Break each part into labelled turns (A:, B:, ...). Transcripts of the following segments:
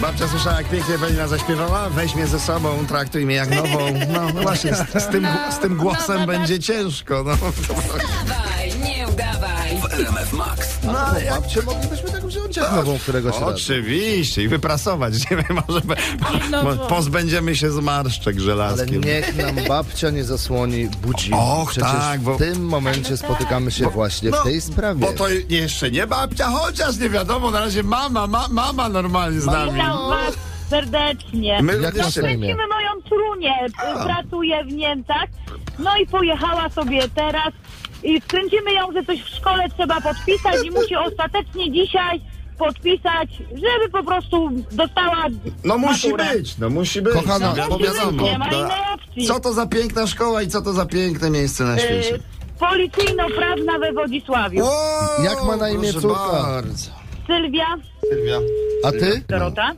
A: Babcia słyszała, jak pięknie Ewelina zaśpiewała. Weź mnie ze sobą, traktuj mnie jak nową. No, no właśnie, z, z, tym, z tym głosem będzie ciężko. No,
B: Dawaj, nie udawaj.
C: RMF Max.
A: no ale jak...
D: Babcie, moglibyśmy tak wziąć jak nową któregoś razu.
A: Oczywiście i wyprasować. Nie wiem, może be- mo- pozbędziemy się zmarszczek
D: Ale
A: żelazkiem.
D: niech nam babcia nie zasłoni budzi.
A: Och,
D: Przecież
A: tak, bo- no,
D: w tym momencie spotykamy się właśnie w tej sprawie.
A: Bo to jeszcze nie babcia, chociaż nie wiadomo, na razie mama, ma, mama normalnie z nami.
E: Witam was serdecznie.
A: No. My
D: Jak
A: również
D: na
A: się-
D: Sejmie?
E: Widzimy moją trunię, pracuje w Niemcach, no i pojechała sobie teraz i wkręcimy ją, że coś w szkole trzeba podpisać i musi ostatecznie dzisiaj podpisać, żeby po prostu dostała
A: No musi
E: maturę.
A: być, no musi być.
D: Kochana,
A: no,
D: bo
A: wiadomo,
D: wiadomo,
E: Nie ma
A: da-
E: innej opcji.
A: Co to za piękna szkoła i co to za piękne miejsce na świecie.
E: Y, Policyjno-prawna we Wodzisławiu.
A: O,
D: Jak ma na imię
A: proszę
D: córka?
A: Bardzo. No.
E: Sylwia,
A: Sylwia.
D: A ty?
E: Dorota.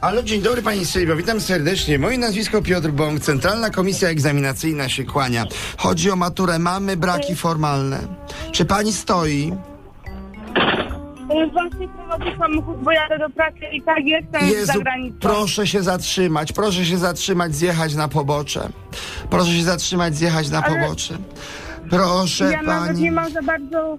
A: Halo, dzień dobry Pani Sylwio, witam serdecznie. Moje nazwisko Piotr Bąk, Centralna Komisja Egzaminacyjna się kłania. Chodzi o maturę, mamy braki formalne. Czy Pani stoi?
F: Y, Właśnie prowadzę samochód, bo jadę do pracy i tak jestem za granicą.
A: proszę się zatrzymać, proszę się zatrzymać, zjechać na pobocze. Proszę się zatrzymać, zjechać na pobocze. Proszę
F: ja nawet
A: Pani.
F: nie mam za bardzo...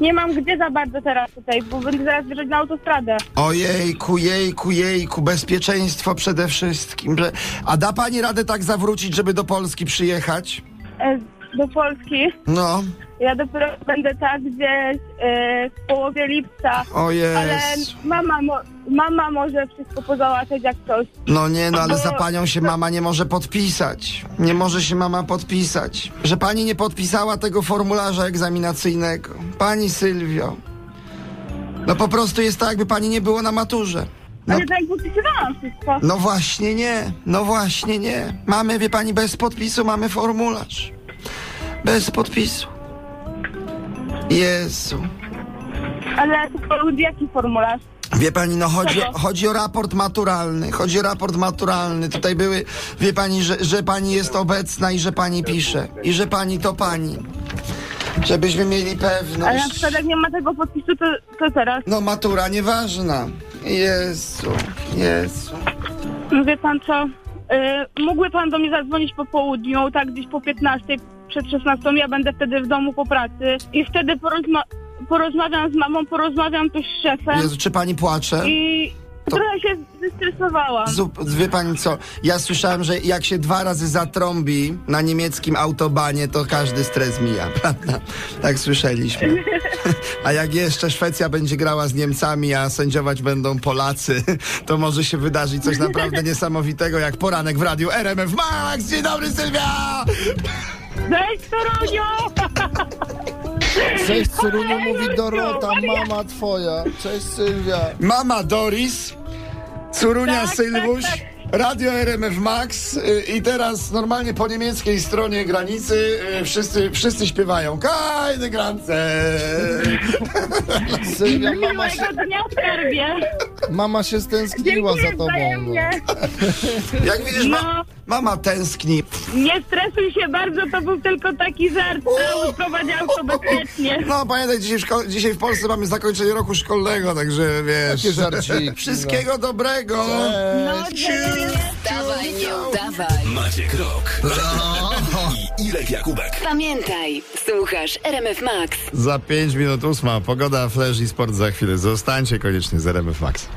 F: Nie mam gdzie za bardzo teraz tutaj, bo będę zaraz wjeżdżać na autostradę.
A: Ojejku, jejku, jejku, bezpieczeństwo przede wszystkim. Że- A da Pani radę tak zawrócić, żeby do Polski przyjechać?
F: E, Do Polski.
A: No,
F: Ja dopiero będę tak gdzieś e, w połowie lipca.
A: ojej.
F: Ale mama, mo- mama może wszystko pozałatać jak coś.
A: No nie, no ale
F: Bo-
A: za panią się mama nie może podpisać. Nie może się mama podpisać. Że pani nie podpisała tego formularza egzaminacyjnego. Pani Sylwio. No po prostu jest tak, jakby pani nie było na maturze. No,
F: Ale tak podpisywałam wszystko.
A: no właśnie nie, no właśnie nie. Mamy, wie pani, bez podpisu mamy formularz. Bez podpisu. Jezu.
F: Ale tylko jaki formularz?
A: Wie pani, no chodzi,
F: Czego?
A: chodzi o raport maturalny. Chodzi o raport maturalny. Tutaj były, wie pani, że, że pani jest obecna i że pani pisze. I że pani to pani. Żebyśmy mieli
F: Ale na
A: pewność.
F: przykład jak nie ma tego podpisu, to, to teraz.
A: No matura nieważna. Jezu, Jezu.
F: No Wie pan co? Y, mógłby pan do mnie zadzwonić po południu, tak gdzieś po 15, przed 16. Ja będę wtedy w domu po pracy i wtedy porozma- porozmawiam z mamą, porozmawiam tu z szefem
A: Jezu, czy pani płacze?
F: i
A: To-
F: trochę się zestresowałam.
A: Zup, wie pani co, ja słyszałem, że jak się dwa razy zatrąbi na niemieckim autobanie, to każdy stres mija, prawda? Tak słyszeliśmy. A jak jeszcze Szwecja będzie grała z Niemcami, a sędziować będą Polacy, to może się wydarzyć coś naprawdę niesamowitego, jak poranek w radiu RMF Max! Dzień dobry, Sylwia!
F: Cześć, Toruniu!
D: Cześć Cyruniu, mówi Dorota, mama twoja. Cześć Sylwia.
A: Mama Doris, Curunia
F: Tak,
A: Sylwuś,
F: tak,
A: Radio RMF Max y, i teraz normalnie po niemieckiej stronie granicy y, wszyscy, wszyscy śpiewają Kajny Grance.
D: Sylwia, mama się,
E: Miłego dnia w przerwie.
D: mama się stęskniła
F: Dziękuję
D: za tobą. No.
F: wzajemnie. No,
A: Jak widzisz, ma, mama tęskni.
E: Nie stresuj się bardzo, to był tylko taki żart,
A: Uuu.
E: prowadział to bezpiecznie.
A: No pamiętaj, dzisiaj w, szko- dzisiaj w Polsce mamy zakończenie roku szkolnego, także wiesz.
D: Takie żarciki, no.
A: Wszystkiego dobrego.
F: No,
B: Dawaj, nie udawaj.
C: Maciek Rok. I Irek Jakubek.
B: Pamiętaj, słuchasz RMF Max.
A: Za 5 minut ósma, pogoda, flash i sport za chwilę. Zostańcie koniecznie z RMF Max.